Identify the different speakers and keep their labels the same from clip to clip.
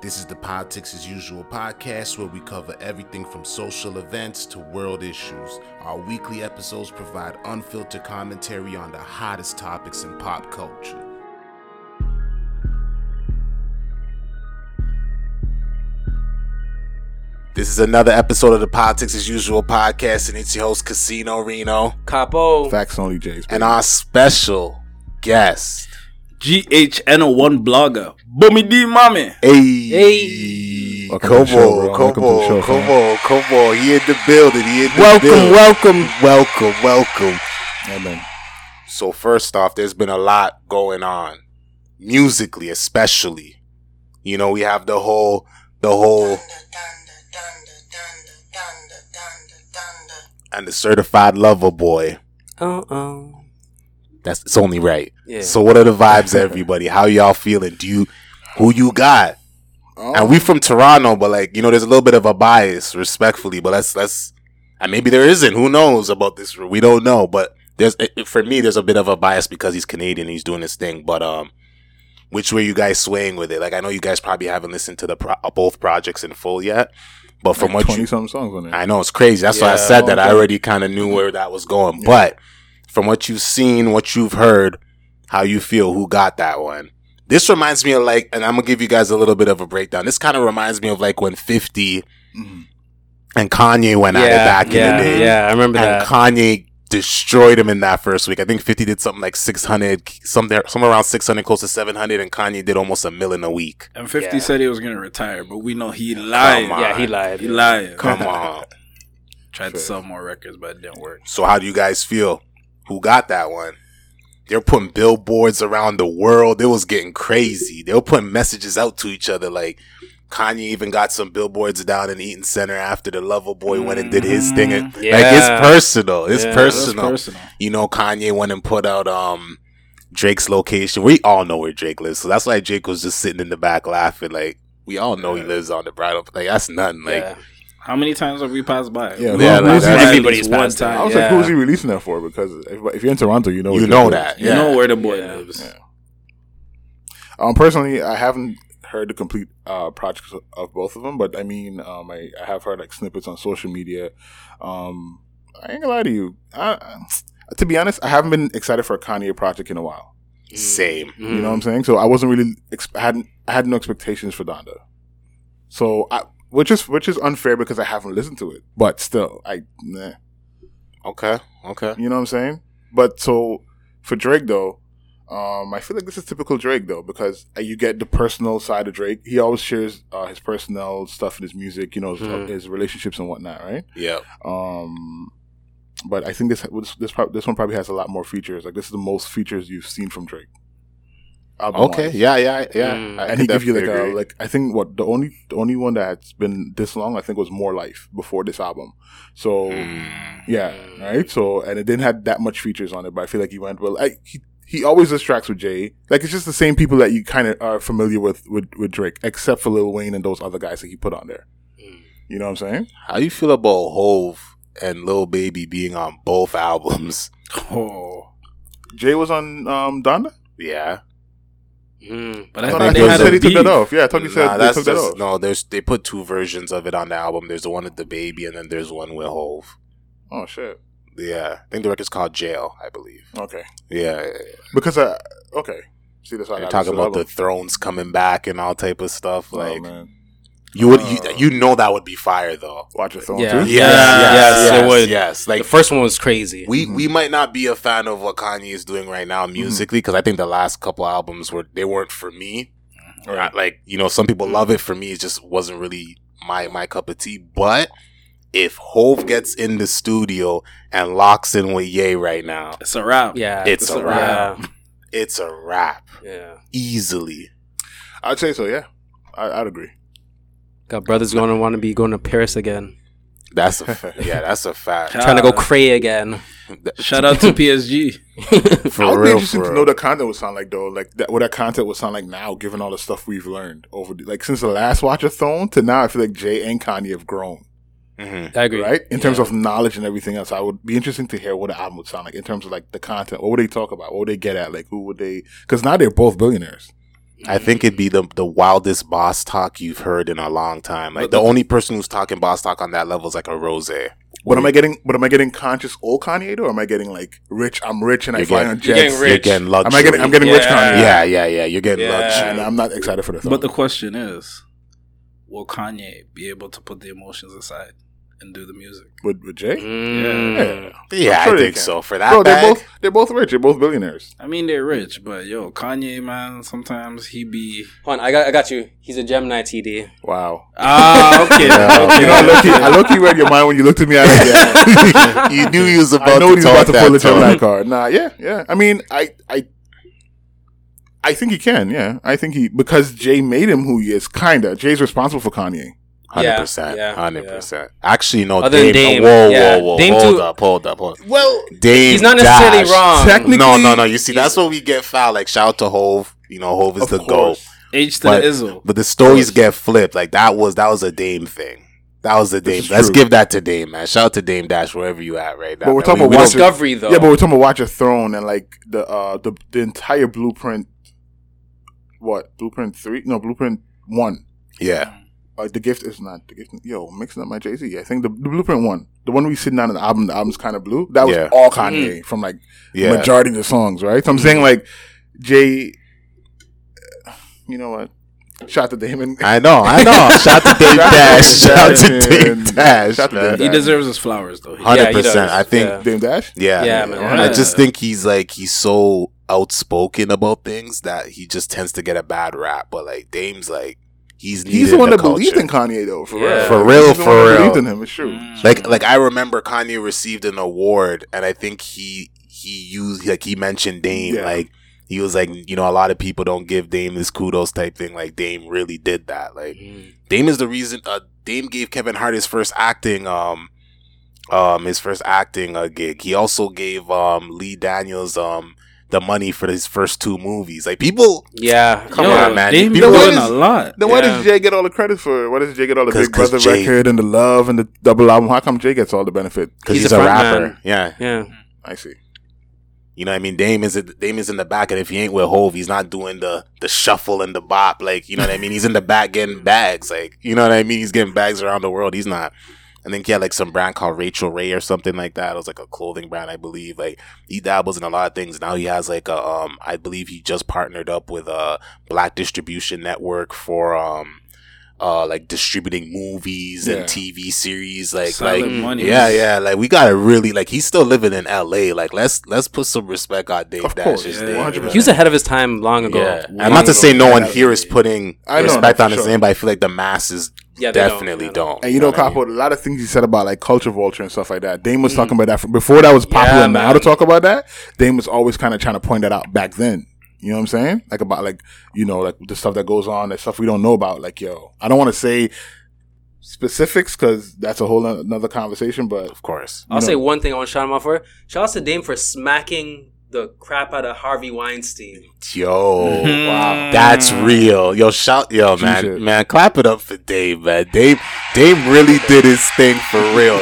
Speaker 1: This is the Politics as Usual podcast where we cover everything from social events to world issues. Our weekly episodes provide unfiltered commentary on the hottest topics in pop culture. This is another episode of the Politics as Usual podcast, and it's your host, Casino Reno,
Speaker 2: Capo.
Speaker 3: Facts only, Jays.
Speaker 1: and our special guest.
Speaker 2: GHN01 blogger. Boomy D Mommy.
Speaker 1: Hey.
Speaker 2: Hey.
Speaker 3: Welcome to the show,
Speaker 1: Kobo,
Speaker 3: bro. Welcome to the
Speaker 1: Kobo,
Speaker 3: show, fam.
Speaker 1: Kobo, Kobo. He in the building. He in the building.
Speaker 2: Welcome, welcome.
Speaker 1: Welcome, welcome.
Speaker 3: Yeah, man.
Speaker 1: So first off, there's been a lot going on musically, especially. You know, we have the whole, the whole, and the certified lover boy.
Speaker 2: Uh oh.
Speaker 1: That's it's only right.
Speaker 2: Yeah.
Speaker 1: So what are the vibes, everybody? How y'all feeling? Do you, who you got?
Speaker 2: Oh.
Speaker 1: And we from Toronto, but like you know, there's a little bit of a bias, respectfully. But let's let's, and maybe there isn't. Who knows about this? We don't know. But there's it- it- for me, there's a bit of a bias because he's Canadian. He's doing his thing. But um, which way you guys swaying with it? Like I know you guys probably haven't listened to the pro- uh, both projects in full yet, but from what
Speaker 3: twenty
Speaker 1: you,
Speaker 3: something songs on there.
Speaker 1: I know it's crazy. That's why I
Speaker 2: Yeah,
Speaker 1: said that. I
Speaker 3: okay.
Speaker 1: already kind of knew where that was going. But from what you've seen, what you've heard, how you feel, who got that one? This reminds me of like, and I'm gonna give you guys a little bit of a breakdown. This kind of reminds me of like when 50
Speaker 3: Mhm.
Speaker 1: and Kanye went at it back in the day,
Speaker 2: yeah, I remember
Speaker 1: and
Speaker 2: that.
Speaker 1: Kanye destroyed him in that first week. I think 50 did something like 600, somewhere somewhere around 600, close to 700, and Kanye did almost a million a week.
Speaker 4: And 50
Speaker 2: Yeah.
Speaker 4: said he was going to retire, but we know he lied.
Speaker 1: Come on.
Speaker 2: yeah, he lied.
Speaker 4: He lied.
Speaker 1: Come on.
Speaker 4: Tried
Speaker 3: Fair.
Speaker 4: to sell more records, but it didn't work.
Speaker 1: So how do you guys feel? Who got that one? They're putting billboards around the world. It was getting crazy. They were putting messages out to each other. Like Kanye even got some billboards down in Eaton Center after the Lover Boy went and did his thing. Like it's
Speaker 2: Mm-hmm. Yeah.
Speaker 1: personal. It's
Speaker 2: Yeah, that's
Speaker 4: That's
Speaker 1: personal.
Speaker 4: personal.
Speaker 1: You know, Kanye went and put out um Drake's location. We all know where Drake lives, so that's why Drake was just sitting in the back laughing. Like we all know he lives on the bridal. Like that's nothing. Like
Speaker 2: yeah.
Speaker 4: How many times have we passed by?
Speaker 1: Yeah,
Speaker 3: Yeah,
Speaker 1: like that.
Speaker 4: At least
Speaker 2: Everybody's
Speaker 4: one
Speaker 2: passed
Speaker 4: time.
Speaker 3: I was like,
Speaker 2: Yeah.
Speaker 3: who's he releasing that for? Because if, if you're in Toronto, you know
Speaker 1: You
Speaker 3: what
Speaker 1: know
Speaker 3: you're doing.
Speaker 1: that.
Speaker 4: You
Speaker 1: Yeah.
Speaker 4: know where the boy
Speaker 2: Yeah.
Speaker 4: lives.
Speaker 3: Yeah. Um, personally, I haven't heard the complete uh, projects of both of them, but I mean, um, I, I have heard like snippets on social media. Um, I ain't gonna lie to you. I, to be honest, I haven't been excited for a Kanye project in a while.
Speaker 1: same.
Speaker 2: Mm-hmm.
Speaker 3: You
Speaker 2: Hmm.
Speaker 3: know what I'm saying? So I wasn't really ex- I hadn't I had no expectations for Donda. So I which is which is unfair because I haven't listened to it, but still I nah.
Speaker 1: Okay. Okay.
Speaker 3: You know what I'm saying? But so for Drake though, um, I feel like this is typical Drake though because uh, you get the personal side of Drake. He always shares uh, his personnel stuff in his music, you know, his, uh,
Speaker 1: Hmm.
Speaker 2: Mhm.
Speaker 3: his relationships and whatnot, right?
Speaker 1: Yeah.
Speaker 3: Um, but I think this this this, prob- this one probably has a lot more features. Like this is the most features you've seen from Drake. Album-wise.
Speaker 1: Okay. Yeah. Yeah. Yeah.
Speaker 2: Mm.
Speaker 1: I
Speaker 3: and
Speaker 1: can
Speaker 3: he gives you like
Speaker 1: definitely
Speaker 3: a
Speaker 1: agree.
Speaker 3: like I think what the only the only one that's been this long I think was More Life before this album. So
Speaker 1: Mm.
Speaker 3: yeah,
Speaker 2: Mm.
Speaker 3: right. So and it didn't have that much features on it, but I feel like he went well. I, he he always does tracks with Jay. Like it's just the same people that you kind of are familiar with, with with Drake, except for Lil Wayne and those other guys that he put on there.
Speaker 2: Mm.
Speaker 3: You know what I'm saying?
Speaker 1: How you feel about Hove and Lil Baby being on both albums?
Speaker 4: Oh.
Speaker 3: Jay was on um, Donda.
Speaker 1: Yeah,
Speaker 2: Mm.
Speaker 4: But I,
Speaker 1: I
Speaker 4: thought
Speaker 1: think
Speaker 4: they
Speaker 1: those
Speaker 4: had
Speaker 1: are
Speaker 3: said
Speaker 4: a
Speaker 3: he took
Speaker 4: beef.
Speaker 3: that off. Yeah, I thought he said
Speaker 1: nah,
Speaker 3: they
Speaker 1: that's
Speaker 3: took that
Speaker 1: just
Speaker 3: off.
Speaker 1: no. There's they put two versions of it on the album. There's the one with the baby, and then there's one with Hove.
Speaker 3: Oh shit.
Speaker 1: Yeah, I think the record's called Jail, I believe.
Speaker 3: Okay.
Speaker 1: Yeah, yeah, yeah.
Speaker 3: Because I okay. See this.
Speaker 1: they're talking about the thrones coming back and all type of stuff. Like
Speaker 3: Oh, man.
Speaker 1: you would, you,
Speaker 3: Oh.
Speaker 1: you know that would be fire though.
Speaker 3: Watch your throne
Speaker 2: Yeah.
Speaker 3: too.
Speaker 2: Yes, yes, it would.
Speaker 1: Yes,
Speaker 2: Like, the
Speaker 1: like
Speaker 2: first one was crazy.
Speaker 1: we we might not be a fan of what Kanye is doing right now musically because I think the last couple albums were they weren't for me.
Speaker 3: All
Speaker 1: I- like you know some people love it for me it just wasn't really my my cup of tea but if Hove gets in the studio and locks in with Ye right now
Speaker 4: It's a rap.
Speaker 2: yeah.
Speaker 1: it's a
Speaker 2: yeah.
Speaker 1: wrap it's a wrap
Speaker 2: yeah.
Speaker 1: easily
Speaker 3: I'd say so. Yeah, I, I'd agree.
Speaker 2: Got brothers going to want to be going to Paris again.
Speaker 1: that's a f- yeah that's a fact
Speaker 4: Yeah.
Speaker 2: Trying to go
Speaker 4: Uh,
Speaker 2: cray again.
Speaker 4: Shout out to PSG.
Speaker 3: I
Speaker 1: for
Speaker 3: would be
Speaker 1: real
Speaker 3: interested
Speaker 1: for
Speaker 3: to
Speaker 1: real.
Speaker 3: know the content would sound like though, like that, what that content would sound like now, given all the stuff we've learned over, the, like since the last Watchathon to now. I feel like Jay and Kanye have grown,
Speaker 1: Mhm.
Speaker 2: I agree.
Speaker 3: right, in terms
Speaker 2: Yeah.
Speaker 3: of knowledge and everything else. I would be interesting to hear what the album would sound like in terms of like the content. What would they talk about? What would they get at? Like who would they? Because now they're both billionaires.
Speaker 1: I think it'd be the the wildest boss talk you've heard in a long time. Like
Speaker 4: But
Speaker 1: the
Speaker 4: the-
Speaker 1: only person who's talking boss talk on that level is like a Rose.
Speaker 3: What am I getting? What am I getting? Conscious old Kanye, or am I getting like rich? I'm rich and I
Speaker 1: You're
Speaker 3: fly
Speaker 1: getting-
Speaker 3: on
Speaker 4: you're
Speaker 3: jets.
Speaker 4: getting
Speaker 1: You're
Speaker 4: Rich.
Speaker 1: getting
Speaker 3: Am
Speaker 1: luxury.
Speaker 3: I getting? I'm getting uh, rich
Speaker 4: Yeah.
Speaker 3: Kanye.
Speaker 1: yeah, yeah, yeah. You're getting
Speaker 4: Yeah.
Speaker 1: luxury.
Speaker 3: And I'm not excited for the thought.
Speaker 4: But the question is, will Kanye be able to put the emotions aside and do the music?
Speaker 3: with, with Jay,
Speaker 2: Mm.
Speaker 1: Yeah,
Speaker 3: Sure
Speaker 1: I
Speaker 3: they
Speaker 1: think
Speaker 3: can.
Speaker 1: so. For that
Speaker 3: bro, they're
Speaker 1: bag,
Speaker 3: both they're both rich. They're both billionaires.
Speaker 4: I mean, they're rich, but yo, Kanye, man, sometimes he be.
Speaker 2: Hold on, I got, I got you. He's a Gemini TD.
Speaker 3: Wow.
Speaker 4: Ah, okay.
Speaker 1: Yeah.
Speaker 3: You know, I low-key, I low-key read your mind when you looked at me. I, yeah,
Speaker 1: you knew he was
Speaker 3: I
Speaker 1: about
Speaker 3: know
Speaker 1: to
Speaker 3: he's
Speaker 1: talk
Speaker 3: about to
Speaker 1: that
Speaker 3: pull a Gemini
Speaker 1: talk.
Speaker 3: card. Nah, yeah, yeah. I mean, I, I, I think he can. Yeah, I think he because Jay made him who he is. Kinda. Jay's responsible for Kanye.
Speaker 1: Hundred percent.
Speaker 2: Yeah, yeah,
Speaker 1: Hundred percent. Actually, no.
Speaker 2: Other than
Speaker 1: Dame,
Speaker 2: Dame,
Speaker 1: Whoa,
Speaker 2: yeah.
Speaker 1: whoa, whoa.
Speaker 2: Dame
Speaker 1: hold
Speaker 2: too-
Speaker 1: up, hold up, hold up.
Speaker 3: Well,
Speaker 1: Dame
Speaker 2: He's not necessarily
Speaker 1: Dash.
Speaker 2: wrong.
Speaker 3: Technically-
Speaker 1: No, no, no. You see, that's what we get fouled. Like shout out to Hove. You know, Hove is
Speaker 3: Of
Speaker 1: the goat.
Speaker 3: course.
Speaker 4: H to
Speaker 1: But-
Speaker 4: the Izzle.
Speaker 1: But the stories get flipped. Like that was that was a Dame thing. That was a Dame.
Speaker 3: is
Speaker 1: Let's
Speaker 3: true.
Speaker 1: give that to Dame, man. Shout out to Dame Dash wherever you at right now.
Speaker 3: But we're
Speaker 1: man.
Speaker 3: talking
Speaker 1: We-
Speaker 3: about
Speaker 1: we
Speaker 3: one
Speaker 1: don't-
Speaker 2: Discovery though.
Speaker 3: Yeah, but we're talking about Watch a Throne and like the uh the the entire blueprint. What blueprint three? No, blueprint one.
Speaker 1: yeah,
Speaker 3: Uh, the gift is not the gift. Yo, mixing up my Jay Z. I think the, the blueprint one, the one we sitting down in the album. The album's kind of blue. That was
Speaker 1: Yeah.
Speaker 3: all Kanye from like
Speaker 1: yeah.
Speaker 3: majority of the songs, right? So I'm saying like Jay. You know what? Shout to Damon.
Speaker 1: I know, I know. Shout out to Dame
Speaker 3: Shout out to
Speaker 1: Dash. Shout out
Speaker 3: Dame
Speaker 1: to
Speaker 3: Dash.
Speaker 1: Dame Dash.
Speaker 3: Shout out to
Speaker 1: man.
Speaker 3: Dame
Speaker 4: he
Speaker 3: Dash.
Speaker 4: deserves his flowers, though. He-
Speaker 1: Hundred
Speaker 2: Yeah, he does.
Speaker 1: percent. I think
Speaker 2: Yeah.
Speaker 3: Dame Dash.
Speaker 1: Yeah.
Speaker 2: Yeah,
Speaker 4: man.
Speaker 1: I just
Speaker 4: Yeah.
Speaker 1: think he's like he's so outspoken about things that he just tends to get a bad rap. But like Dame's like he's needed
Speaker 3: He's the one that
Speaker 1: culture.
Speaker 3: believed in Kanye though, for
Speaker 2: Yeah.
Speaker 3: real.
Speaker 1: For real,
Speaker 3: He's the one
Speaker 1: for
Speaker 3: that
Speaker 1: real.
Speaker 3: Believed in him. It's true.
Speaker 4: Mm.
Speaker 1: Like like I remember Kanye received an award and I think he he used like he mentioned Dame
Speaker 3: Yeah.
Speaker 1: like he was like you know a lot of people don't give Dame this kudos type thing like Dame really did that like
Speaker 2: Mm.
Speaker 1: Dame is the reason uh, Dame gave Kevin Hart his first acting um um his first acting uh, gig. He also gave um Lee Daniels um the money for his first two movies. Like people
Speaker 2: Yeah, come
Speaker 4: Yo,
Speaker 2: on,
Speaker 1: man.
Speaker 4: They've been
Speaker 1: People
Speaker 4: doing
Speaker 3: is-
Speaker 4: a lot.
Speaker 3: Then why
Speaker 2: Yeah.
Speaker 3: does Jay get all the credit for it? Why does Jay get all the
Speaker 1: 'Cause-
Speaker 3: Big Brother
Speaker 1: 'cause Jay-
Speaker 3: record and the love and the double album? How come Jay gets all the benefit?
Speaker 1: because
Speaker 2: He's
Speaker 1: he's,
Speaker 2: a
Speaker 1: a,
Speaker 2: front
Speaker 1: rapper.
Speaker 2: man.
Speaker 1: Yeah,
Speaker 2: yeah.
Speaker 3: I see.
Speaker 1: you know what I mean. Dame is Dame is in the back, and if he ain't with Hove, he's not doing the the shuffle and the bop. Like you know what I mean. He's in the back getting bags. Like you know what I mean. He's getting bags around the world. He's not. I think he had like some brand called Rachel Ray or something like that. It was like a clothing brand, I believe. Like he dabbles in a lot of things. Now he has like a um I believe he just partnered up with a black distribution network for um uh like distributing movies
Speaker 3: Yeah.
Speaker 1: and TV series like
Speaker 4: Solid
Speaker 1: like
Speaker 4: money.
Speaker 1: yeah yeah like we got to really like he's still living in LA like let's let's put some respect on Dave
Speaker 3: Of course,
Speaker 1: Dash's
Speaker 4: yeah,
Speaker 1: name.
Speaker 3: 100%.
Speaker 2: He was ahead of his time long ago.
Speaker 1: Yeah.
Speaker 2: Long
Speaker 1: I'm not
Speaker 2: ago.
Speaker 1: to say no one
Speaker 3: Yeah.
Speaker 1: here is putting
Speaker 3: I know,
Speaker 1: respect
Speaker 3: for
Speaker 1: on his
Speaker 3: sure.
Speaker 1: name but I feel like the masses
Speaker 2: Yeah, they don't.
Speaker 1: definitely
Speaker 2: They
Speaker 1: don't,
Speaker 2: don't.
Speaker 3: And you know,
Speaker 1: what I mean?
Speaker 3: Capo, a lot of things he said about like culture vulture and stuff like that. Dame was talking about that from, before that was popular.
Speaker 2: Yeah,
Speaker 3: now
Speaker 2: man.
Speaker 3: to talk about that, Dame was always kind of trying to point that out back then. You know what I'm saying? Like about like you know like the stuff that goes on, the stuff we don't know about. Like yo, I don't want to say specifics because that's a whole another conversation. But
Speaker 1: of course
Speaker 2: I'll
Speaker 3: No.
Speaker 2: say one thing I want to shout him out for. Shout out to Dame for smacking the crap out of Harvey Weinstein.
Speaker 1: Yo,
Speaker 2: Mm-hmm.
Speaker 1: wow, that's real. Yo, shout, yo, man,
Speaker 3: Jesus.
Speaker 1: man, clap it up for Dave, man. Dave, Dave really did his thing for real.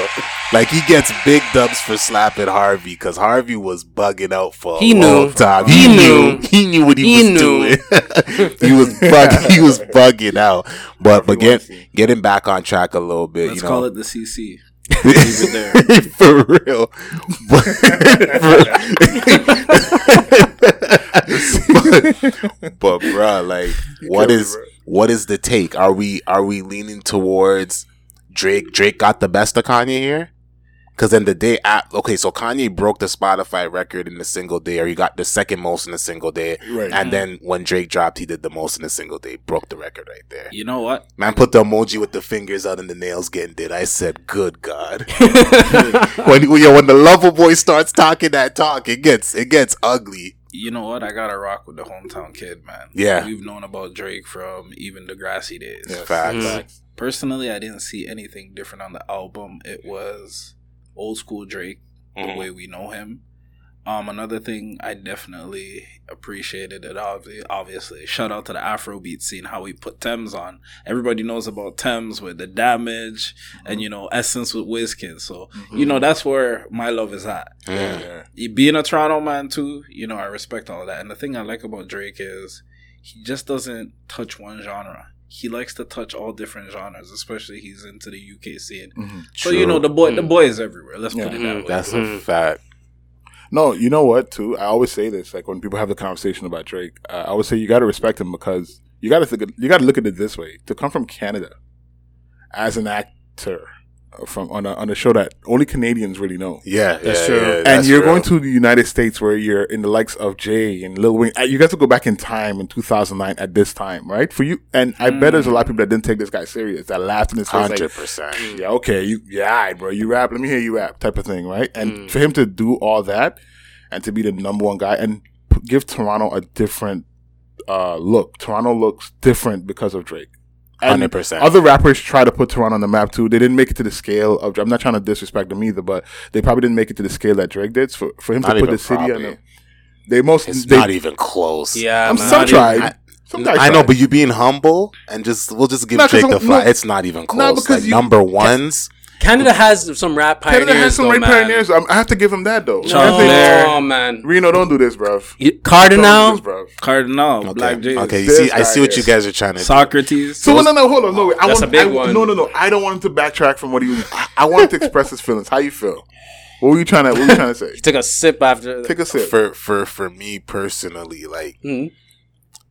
Speaker 1: like he gets big dubs for slapping Harvey because Harvey was bugging out for a
Speaker 2: He knew.
Speaker 1: long time.
Speaker 2: He knew.
Speaker 1: He knew what he,
Speaker 2: He
Speaker 1: was
Speaker 2: knew.
Speaker 1: doing. he was bugging. He was bugging out. But but get,
Speaker 3: Weinstein.
Speaker 1: getting back on track a little bit.
Speaker 4: Let's
Speaker 1: you know?
Speaker 4: call it the CC. Leave it there.
Speaker 1: for real. But, but, but bruh, like what
Speaker 3: killed me,
Speaker 1: is
Speaker 3: bruh.
Speaker 1: what is the take? Are we are we leaning towards Drake Drake got the best of Kanye here? Cause then the day at okay, so Kanye broke the Spotify record in a single day, or he got the second most in a single day.
Speaker 3: Right.
Speaker 1: And then when Drake dropped, he did the most in a single day, broke the record right there.
Speaker 4: You know what?
Speaker 1: Man put the emoji with the fingers out and the nails getting did. I said, "Good God!" when when, yo, when the lover boy starts talking that talk, it gets it gets ugly.
Speaker 4: You know what? I gotta rock with the hometown kid, man.
Speaker 1: Yeah.
Speaker 4: We've known about Drake from even the grassy days.
Speaker 3: Mm.
Speaker 1: Facts.
Speaker 4: Personally, I didn't see anything different on the album. It was old school Drake, the way we know him. Um, another thing I definitely appreciated it obviously, obviously shout out to the Afrobeat scene how we put Thames on. Everybody knows about Thames with the damage and you know Essence with Wizkid. So
Speaker 3: Mm-hmm.
Speaker 4: you know that's where my love is at
Speaker 1: Mm.
Speaker 3: Yeah.
Speaker 4: you- being a Toronto man too, you know, I respect all that. And the thing I like about Drake is he just doesn't touch one genre. He likes to touch all different genres, especially he's into the UK scene.
Speaker 3: Mm-hmm.
Speaker 4: So you know the boy, the boy is everywhere. Let's put
Speaker 3: Yeah.
Speaker 4: it that way.
Speaker 1: Mm. That's a
Speaker 3: Mm.
Speaker 2: Mhm.
Speaker 1: fact.
Speaker 3: No, you know what? Too, I always say this. Like when people have the conversation about Drake, uh, I always say you got to respect him because you got to think. You got to look at it this way: to come from Canada as an actor uh, from on a on a show that only Canadians really know.
Speaker 1: Yeah,
Speaker 4: That's
Speaker 1: yeah,
Speaker 4: true.
Speaker 1: yeah,
Speaker 4: And
Speaker 1: that's
Speaker 3: and you're
Speaker 1: real.
Speaker 3: going to the United States where you're in the likes of Jay and Lil Wayne. Uh, You got to go back in time in 2009 at this time, right? For you, and I
Speaker 1: Hmm.
Speaker 3: bet there's a lot of people that didn't take this guy serious that laughed in his face,
Speaker 1: hundred
Speaker 3: like, Mm.
Speaker 1: percent.
Speaker 3: yeah, okay, you, yeah, all right, bro, you rap. Let me hear you rap, type of thing, right? And
Speaker 1: Mm.
Speaker 3: for him to do all that and to be the number one guy and p- give Toronto a different uh, look. Toronto looks different because of Drake. And
Speaker 1: 100%.
Speaker 3: Other rappers try to put Toronto on the map too. They didn't make it to the scale of. I'm not trying to disrespect them either, but they probably didn't make it to the scale that Drake did. So for him
Speaker 1: Not
Speaker 3: to put
Speaker 1: even
Speaker 3: the city on
Speaker 1: probably.
Speaker 3: the, they most.
Speaker 1: It's
Speaker 3: they,
Speaker 1: not even close.
Speaker 2: Yeah,
Speaker 3: I'm
Speaker 2: man.
Speaker 3: some
Speaker 2: Not
Speaker 3: tried.
Speaker 1: even- I-
Speaker 3: some guys
Speaker 1: I know,
Speaker 3: tried.
Speaker 1: but you being humble and just we'll just give
Speaker 3: No, 'cause
Speaker 1: Drake the
Speaker 3: I'm-
Speaker 1: fly.
Speaker 3: no.
Speaker 1: it's not even close.
Speaker 3: because
Speaker 1: like
Speaker 3: you-
Speaker 1: number ones,
Speaker 2: even- Canada has some rap pioneers.
Speaker 3: Canada has some
Speaker 2: though,
Speaker 3: great
Speaker 2: man.
Speaker 3: pioneers. I'm- I have to give him that though.
Speaker 2: No,
Speaker 3: Anthony-
Speaker 2: man.
Speaker 3: Reno, don't do this, bruv.
Speaker 2: You-
Speaker 3: Don't do
Speaker 2: Cardinal.
Speaker 3: this, bruv.
Speaker 4: Cardinal, Black
Speaker 1: okay,
Speaker 4: James,
Speaker 1: okay. You
Speaker 3: This
Speaker 1: see, I
Speaker 3: guy
Speaker 1: see what
Speaker 3: is-
Speaker 1: you guys are trying to. do.
Speaker 4: Socrates.
Speaker 3: So no, no, hold on, no. Wait. I
Speaker 2: That's
Speaker 3: want,
Speaker 2: a big
Speaker 3: I,
Speaker 2: one.
Speaker 3: No, no, no. I don't want him to backtrack from what he was. I, I want him to express his feelings. How you feel? What were you trying to? What were you trying to say?
Speaker 2: He took a sip after.
Speaker 3: Take a sip.
Speaker 1: for for for me personally, like
Speaker 2: Mhm.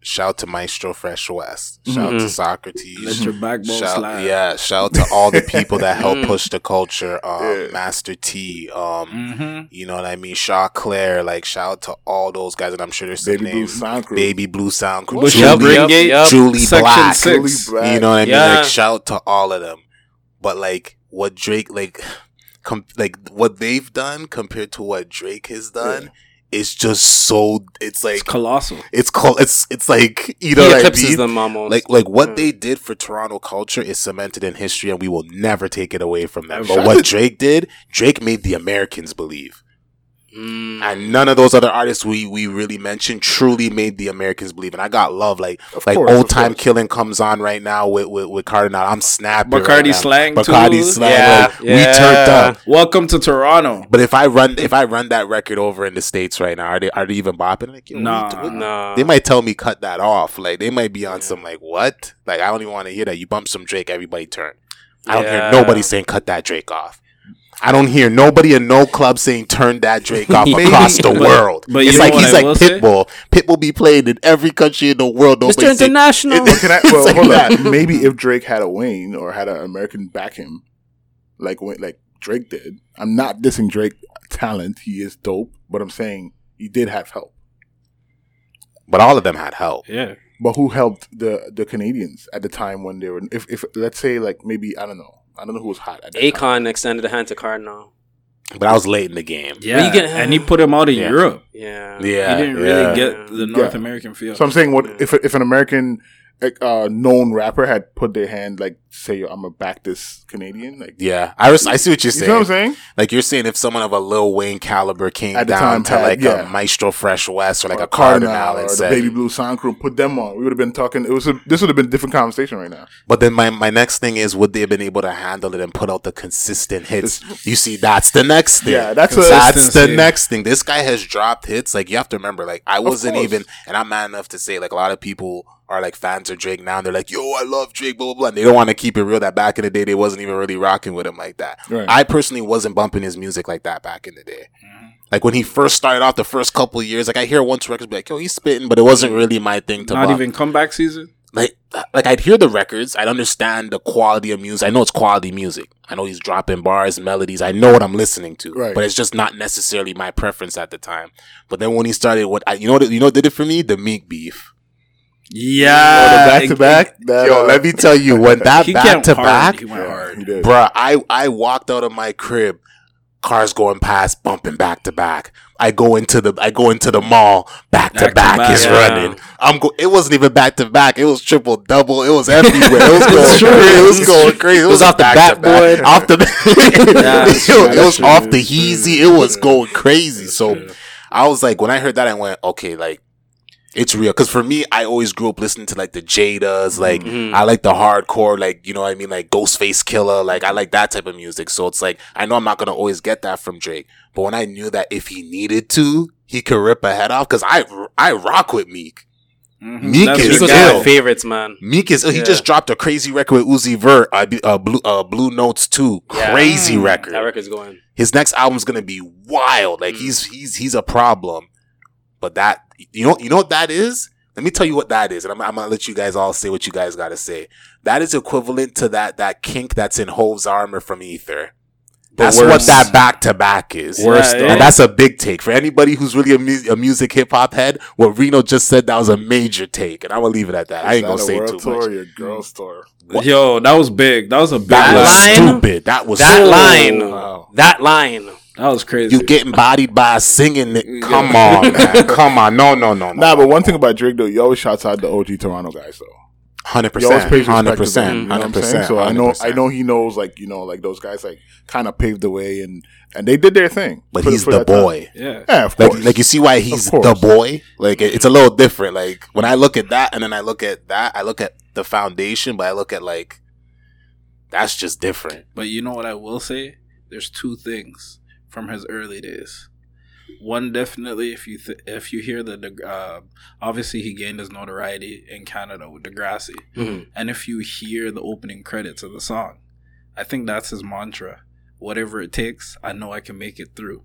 Speaker 1: shout to Maestro Fresh West, shout
Speaker 2: Mm-hmm.
Speaker 1: to Socrates,
Speaker 4: Let your backbone
Speaker 1: shout,
Speaker 4: slide.
Speaker 1: yeah, shout to all the people that
Speaker 2: Mm.
Speaker 1: help push the culture. Um,
Speaker 3: Yeah.
Speaker 1: Master T, um,
Speaker 2: Mm-hmm.
Speaker 4: Mhm.
Speaker 1: you know what I mean. Shaw Claire, like shout out to all those guys, and I'm sure there's some
Speaker 3: Baby Blue
Speaker 1: names.
Speaker 3: Sound Crew.
Speaker 1: Baby Blue Sound Crew,
Speaker 4: Bush
Speaker 2: Yep,
Speaker 1: Julie,
Speaker 2: yep, yep.
Speaker 1: Julie
Speaker 4: Section
Speaker 1: Black,
Speaker 4: six.
Speaker 3: Really black.
Speaker 1: you know what I mean?
Speaker 2: Yeah.
Speaker 1: Like shout to all of them. But like what Drake like com- like what they've done compared to what Drake has done is just so it's like
Speaker 4: It's colossal.
Speaker 1: it's called it's it's like you know
Speaker 2: He
Speaker 1: what I
Speaker 2: eclipses
Speaker 1: mean?
Speaker 2: them almost.
Speaker 1: Like like what they
Speaker 3: Mm.
Speaker 1: did for Toronto culture is cemented in history and we will never take it away from them.
Speaker 4: Shout
Speaker 1: But what Drake did, Drake made the Americans believe.
Speaker 2: Mm.
Speaker 1: And none of those other artists we we really mentioned truly made the Americans believe. And I got love. Like
Speaker 3: Of
Speaker 1: like
Speaker 3: course, of
Speaker 1: old time
Speaker 3: course.
Speaker 1: killing comes on right now with with, with Cardinal. I'm snapping. right
Speaker 4: Bacardi
Speaker 1: now.
Speaker 4: slang
Speaker 1: Bacardi
Speaker 4: too.
Speaker 1: slang.
Speaker 2: Yeah,
Speaker 1: like, We turned
Speaker 2: yeah.
Speaker 1: up.
Speaker 4: Welcome to Toronto.
Speaker 1: But if I run if I run that record over in the states right now, are they are they even bopping? Like, yo, what
Speaker 4: Nah.
Speaker 1: you doing?
Speaker 2: Nah.
Speaker 1: They
Speaker 4: Uh,
Speaker 1: might tell me cut that off. Like they might be on some like what? Like I don't even want to hear that. You bump some Drake, everybody turn. I don't
Speaker 2: Yeah.
Speaker 1: hear nobody saying cut that Drake off. I don't hear nobody in no club saying turn that Drake off
Speaker 4: Maybe,
Speaker 1: across the
Speaker 4: but-
Speaker 1: world.
Speaker 4: but you
Speaker 1: it's
Speaker 4: know
Speaker 1: like
Speaker 4: what
Speaker 1: he's
Speaker 4: I
Speaker 1: like
Speaker 4: will say?
Speaker 1: Pitbull. Pitbull be played in every country in the world. Nobody
Speaker 2: Mr.
Speaker 1: say-
Speaker 2: International.
Speaker 3: Well, can I,
Speaker 1: It's
Speaker 3: well
Speaker 1: like
Speaker 3: hold
Speaker 1: that.
Speaker 3: on. Maybe if Drake had a Wayne or had an American back him, like when, like Drake did. I'm not dissing Drake talent. He is dope, but I'm saying he did have help.
Speaker 1: But all of them had help.
Speaker 4: Yeah.
Speaker 3: But who helped the the Canadians at the time when they were? If if let's say like maybe I don't know. I don't know who was hot at that time.
Speaker 2: Akon extended a hand to Cardinal.
Speaker 1: But I was late in the game.
Speaker 4: Yeah.
Speaker 2: you can-
Speaker 4: and he put him out of
Speaker 1: Yeah.
Speaker 4: Europe.
Speaker 2: Yeah.
Speaker 1: Yeah,
Speaker 4: he didn't
Speaker 1: yeah.
Speaker 4: really get the North
Speaker 3: Yeah.
Speaker 4: American feel.
Speaker 3: So I'm saying, what if if an American like, uh, known rapper had put their hand like, say, Yo, I'm gonna back this Canadian, like,
Speaker 1: Yeah, I, res- I see what you're
Speaker 3: you
Speaker 1: saying.
Speaker 3: know what I'm saying?
Speaker 1: Like you're saying, if someone of a Lil Wayne caliber came
Speaker 3: At the
Speaker 1: down
Speaker 3: time,
Speaker 1: to
Speaker 3: had-
Speaker 1: like
Speaker 3: yeah.
Speaker 1: a Maestro Fresh West or like a Cardinal,
Speaker 3: or
Speaker 1: and
Speaker 3: the
Speaker 1: said,
Speaker 3: Baby Blue Sound Crew, put them on. We would have been talking. It was a, this would have been a different conversation right now.
Speaker 1: but then my, my next thing is, would they have been able to handle it and put out the consistent hits? You see, that's the next thing.
Speaker 3: Yeah, that's a-
Speaker 1: that's the
Speaker 4: Consistency.
Speaker 1: next thing. This guy has dropped hits. Like you have to remember, like I wasn't
Speaker 3: course.
Speaker 1: even, and I'm mad enough to say, like a lot of people are like fans of Drake now. And they're like, yo, I love Drake, blah blah blah. And they don't want to keep it real. That back in the day, they wasn't even really rocking with him like that.
Speaker 3: Right.
Speaker 1: I personally wasn't bumping his music like that back in the day. Like when he first started off, the first couple of years, like I hear once records be like, "Yo, he's spitting," but it wasn't really my thing to
Speaker 4: Not
Speaker 1: bump.
Speaker 4: even comeback season.
Speaker 1: like like I'd hear the records, I'd understand the quality of music. I know it's quality music. I know he's dropping bars, melodies. I know what I'm listening to,
Speaker 3: Right.
Speaker 1: but it's just not necessarily my preference at the time. But then when he started, what I, you know, what, you know, what did it for me? The Meek beef.
Speaker 4: Yeah.
Speaker 3: back to back.
Speaker 1: Ah, Yo, let me tell you, when that
Speaker 4: He
Speaker 1: back
Speaker 4: went
Speaker 1: to
Speaker 4: hard.
Speaker 1: back,
Speaker 4: He went hard.
Speaker 1: bruh, I I walked out of my crib. Cars going past, bumping back to back. I go into the I go into the mall, back,
Speaker 4: Back
Speaker 1: to
Speaker 4: to
Speaker 1: back,
Speaker 4: back,
Speaker 1: is
Speaker 2: yeah.
Speaker 1: running. I'm go. It wasn't even back to back. It was triple double. It was everywhere. It was going
Speaker 2: It's true.
Speaker 1: crazy. It was going crazy. It,
Speaker 2: was off the
Speaker 1: back to
Speaker 2: backboard.
Speaker 1: back. Off the.
Speaker 4: Yeah, that's
Speaker 1: Yo,
Speaker 4: true.
Speaker 1: it was
Speaker 4: That's
Speaker 1: off
Speaker 4: true.
Speaker 1: the heezy. It was going crazy. So I was like, when I heard that, I went, okay, like it's real. Because for me, I always grew up listening to like the Jadas, like
Speaker 2: Mhm.
Speaker 1: I like the hardcore, like you know what I mean, like Ghostface Killer, like I like that type of music. So it's like I know I'm not gonna always get that from Drake, but when I knew that if he needed to, he could rip a head off. Because I I rock with Meek.
Speaker 4: Mhm.
Speaker 1: Meek
Speaker 2: That's
Speaker 1: is
Speaker 2: Meek was one of my
Speaker 1: ill.
Speaker 2: favorites, man.
Speaker 1: Meek is ill. He
Speaker 2: Yeah.
Speaker 1: just dropped a crazy record with Uzi Vert, uh, B- uh, Blue, uh, Blue Notes Two,
Speaker 2: Yeah.
Speaker 1: crazy
Speaker 4: Mm.
Speaker 1: record.
Speaker 2: That record's going.
Speaker 1: His next album's gonna be wild. Like he's he's he's a problem. But that you know you know what that is. Let me tell you what that is, and I'm, I'm gonna let you guys all say what you guys gotta say. That is equivalent to that that kink that's in Hove's armor from Ether. That's what
Speaker 4: worse.
Speaker 1: that back to back is.
Speaker 4: Worse,
Speaker 1: and
Speaker 4: though.
Speaker 1: that's a big take for anybody who's really a, mu- a music hip hop head. What Reno just said that was a major take, and I'm gonna leave it at that. I ain't gonna say too
Speaker 3: tour
Speaker 1: much. Mm.
Speaker 3: Or your girls tour.
Speaker 1: What?
Speaker 4: Yo, that was big. That was a big.
Speaker 1: That
Speaker 4: one.
Speaker 1: was
Speaker 2: line-
Speaker 1: stupid. That was
Speaker 2: That
Speaker 1: so-
Speaker 2: line.
Speaker 3: Wow.
Speaker 2: That line.
Speaker 4: That was crazy.
Speaker 1: You getting bodied by a singing. It.
Speaker 4: Yeah.
Speaker 1: Come on, man. Come on. No, no, no,
Speaker 3: Nah,
Speaker 1: no.
Speaker 3: but one thing about Drake though, he always shouts out the OG Toronto guys though.
Speaker 1: Hundred
Speaker 3: He always
Speaker 1: percent.
Speaker 3: pays
Speaker 1: Hundred
Speaker 3: respect
Speaker 1: percent.
Speaker 3: to them, Mm, you know what
Speaker 1: Hundred
Speaker 3: I'm saying?
Speaker 1: percent.
Speaker 3: So I know, I know he knows, like you know, like those guys, like kind of paved the way, and and they did their thing.
Speaker 1: But
Speaker 3: for-
Speaker 1: he's
Speaker 3: for
Speaker 1: the
Speaker 3: that time.
Speaker 1: boy.
Speaker 4: yeah.
Speaker 3: Yeah, of
Speaker 1: Like,
Speaker 3: course.
Speaker 1: like you see why he's
Speaker 3: Of course.
Speaker 1: the boy. Like it- it's a little different. Like when I look at that, and then I look at that, I look at the foundation, but I look at like that's just different.
Speaker 4: But you know what I will say? There's two things from his early days. One definitely, if you th- if you hear the De- uh, obviously he gained his notoriety in Canada with Degrassi,
Speaker 2: Mm-hmm.
Speaker 4: and if you hear the opening credits of the song, I think that's his mantra. Whatever it takes, I know I can make it through.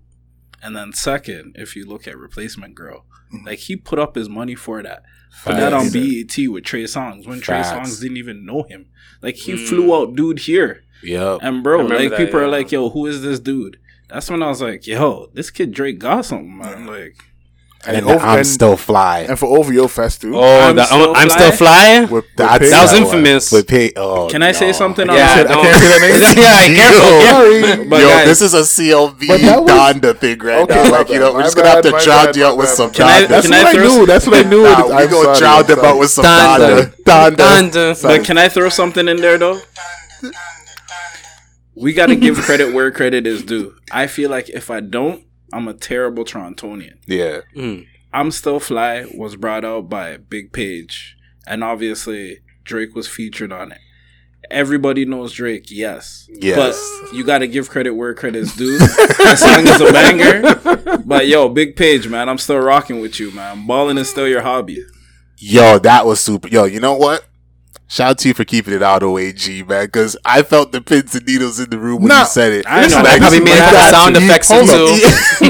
Speaker 4: And then second, if you look at Replacement Girl, like he put up his money for that. Put that on
Speaker 1: Facts.
Speaker 4: BET with Trey Songz when Trey
Speaker 1: Facts.
Speaker 4: Songz didn't even know him. Like he
Speaker 2: Mm.
Speaker 4: flew out, dude, here.
Speaker 1: Yep.
Speaker 4: And
Speaker 2: I
Speaker 4: bro,
Speaker 2: remember
Speaker 4: like
Speaker 2: that,
Speaker 4: people
Speaker 2: yeah.
Speaker 4: are like, "Yo, who is this dude?" That's when I was like, "Yo, this kid Drake got something, man." Like,
Speaker 1: And,
Speaker 3: over-
Speaker 1: I'm still fly.
Speaker 3: and for OVO Fest too.
Speaker 2: Oh,
Speaker 4: I'm
Speaker 2: I'm, the,
Speaker 4: still
Speaker 2: still I'm
Speaker 4: fly?
Speaker 2: still fly.
Speaker 3: with, with
Speaker 1: That's-
Speaker 3: Pig.
Speaker 2: That was
Speaker 1: one.
Speaker 2: infamous.
Speaker 1: With pay- oh,
Speaker 4: Can I say
Speaker 1: no.
Speaker 4: something?
Speaker 2: Yeah,
Speaker 4: I'm
Speaker 3: Shit, I
Speaker 4: like,
Speaker 2: don't-
Speaker 3: can't say that name.
Speaker 2: yeah, careful. Yeah.
Speaker 1: Yo,
Speaker 4: But
Speaker 1: yo
Speaker 4: guys-
Speaker 1: this is a CLV
Speaker 3: But that was-
Speaker 1: Donda thing right
Speaker 3: Okay,
Speaker 1: now.
Speaker 3: my
Speaker 1: Like, you know,
Speaker 3: bad,
Speaker 1: we're just
Speaker 3: my
Speaker 1: gonna have to
Speaker 3: bad, my
Speaker 1: drown
Speaker 3: bad,
Speaker 1: you out
Speaker 3: my
Speaker 1: with
Speaker 3: bad.
Speaker 1: some
Speaker 3: Can
Speaker 4: I-
Speaker 1: Donda.
Speaker 3: That's
Speaker 4: Can
Speaker 3: what
Speaker 4: I
Speaker 3: I,
Speaker 4: throw
Speaker 3: knew.
Speaker 4: some-
Speaker 3: That's what I knew.
Speaker 1: Nah,
Speaker 3: It's-
Speaker 1: we
Speaker 3: I'm
Speaker 1: gonna
Speaker 3: sorry,
Speaker 1: drown
Speaker 3: I'm
Speaker 1: them out
Speaker 3: sorry.
Speaker 1: with some
Speaker 2: Donda.
Speaker 1: Donda. Donda.
Speaker 4: But can I throw something in there though? We got to give credit where credit is due. I feel like if I don't, I'm a terrible Torontonian.
Speaker 1: Yeah.
Speaker 2: Mm.
Speaker 4: I'm Still Fly was brought out by Big Page, and obviously Drake was featured on it. Everybody knows Drake, yes.
Speaker 1: Yes.
Speaker 4: But you got to give credit where credit is due. the song is a banger. But yo, Big Page, man, I'm still rocking with you, man. Balling is still your hobby.
Speaker 1: Yo, that was super. Yo, you know what? Shout out to you for keeping it all the way, G man, because I felt the pins and needles in the room when
Speaker 3: Nah,
Speaker 1: you said it.
Speaker 4: I know.
Speaker 1: Max-
Speaker 2: I probably made a couple
Speaker 1: Max-
Speaker 2: sound effects
Speaker 3: Hold
Speaker 2: too.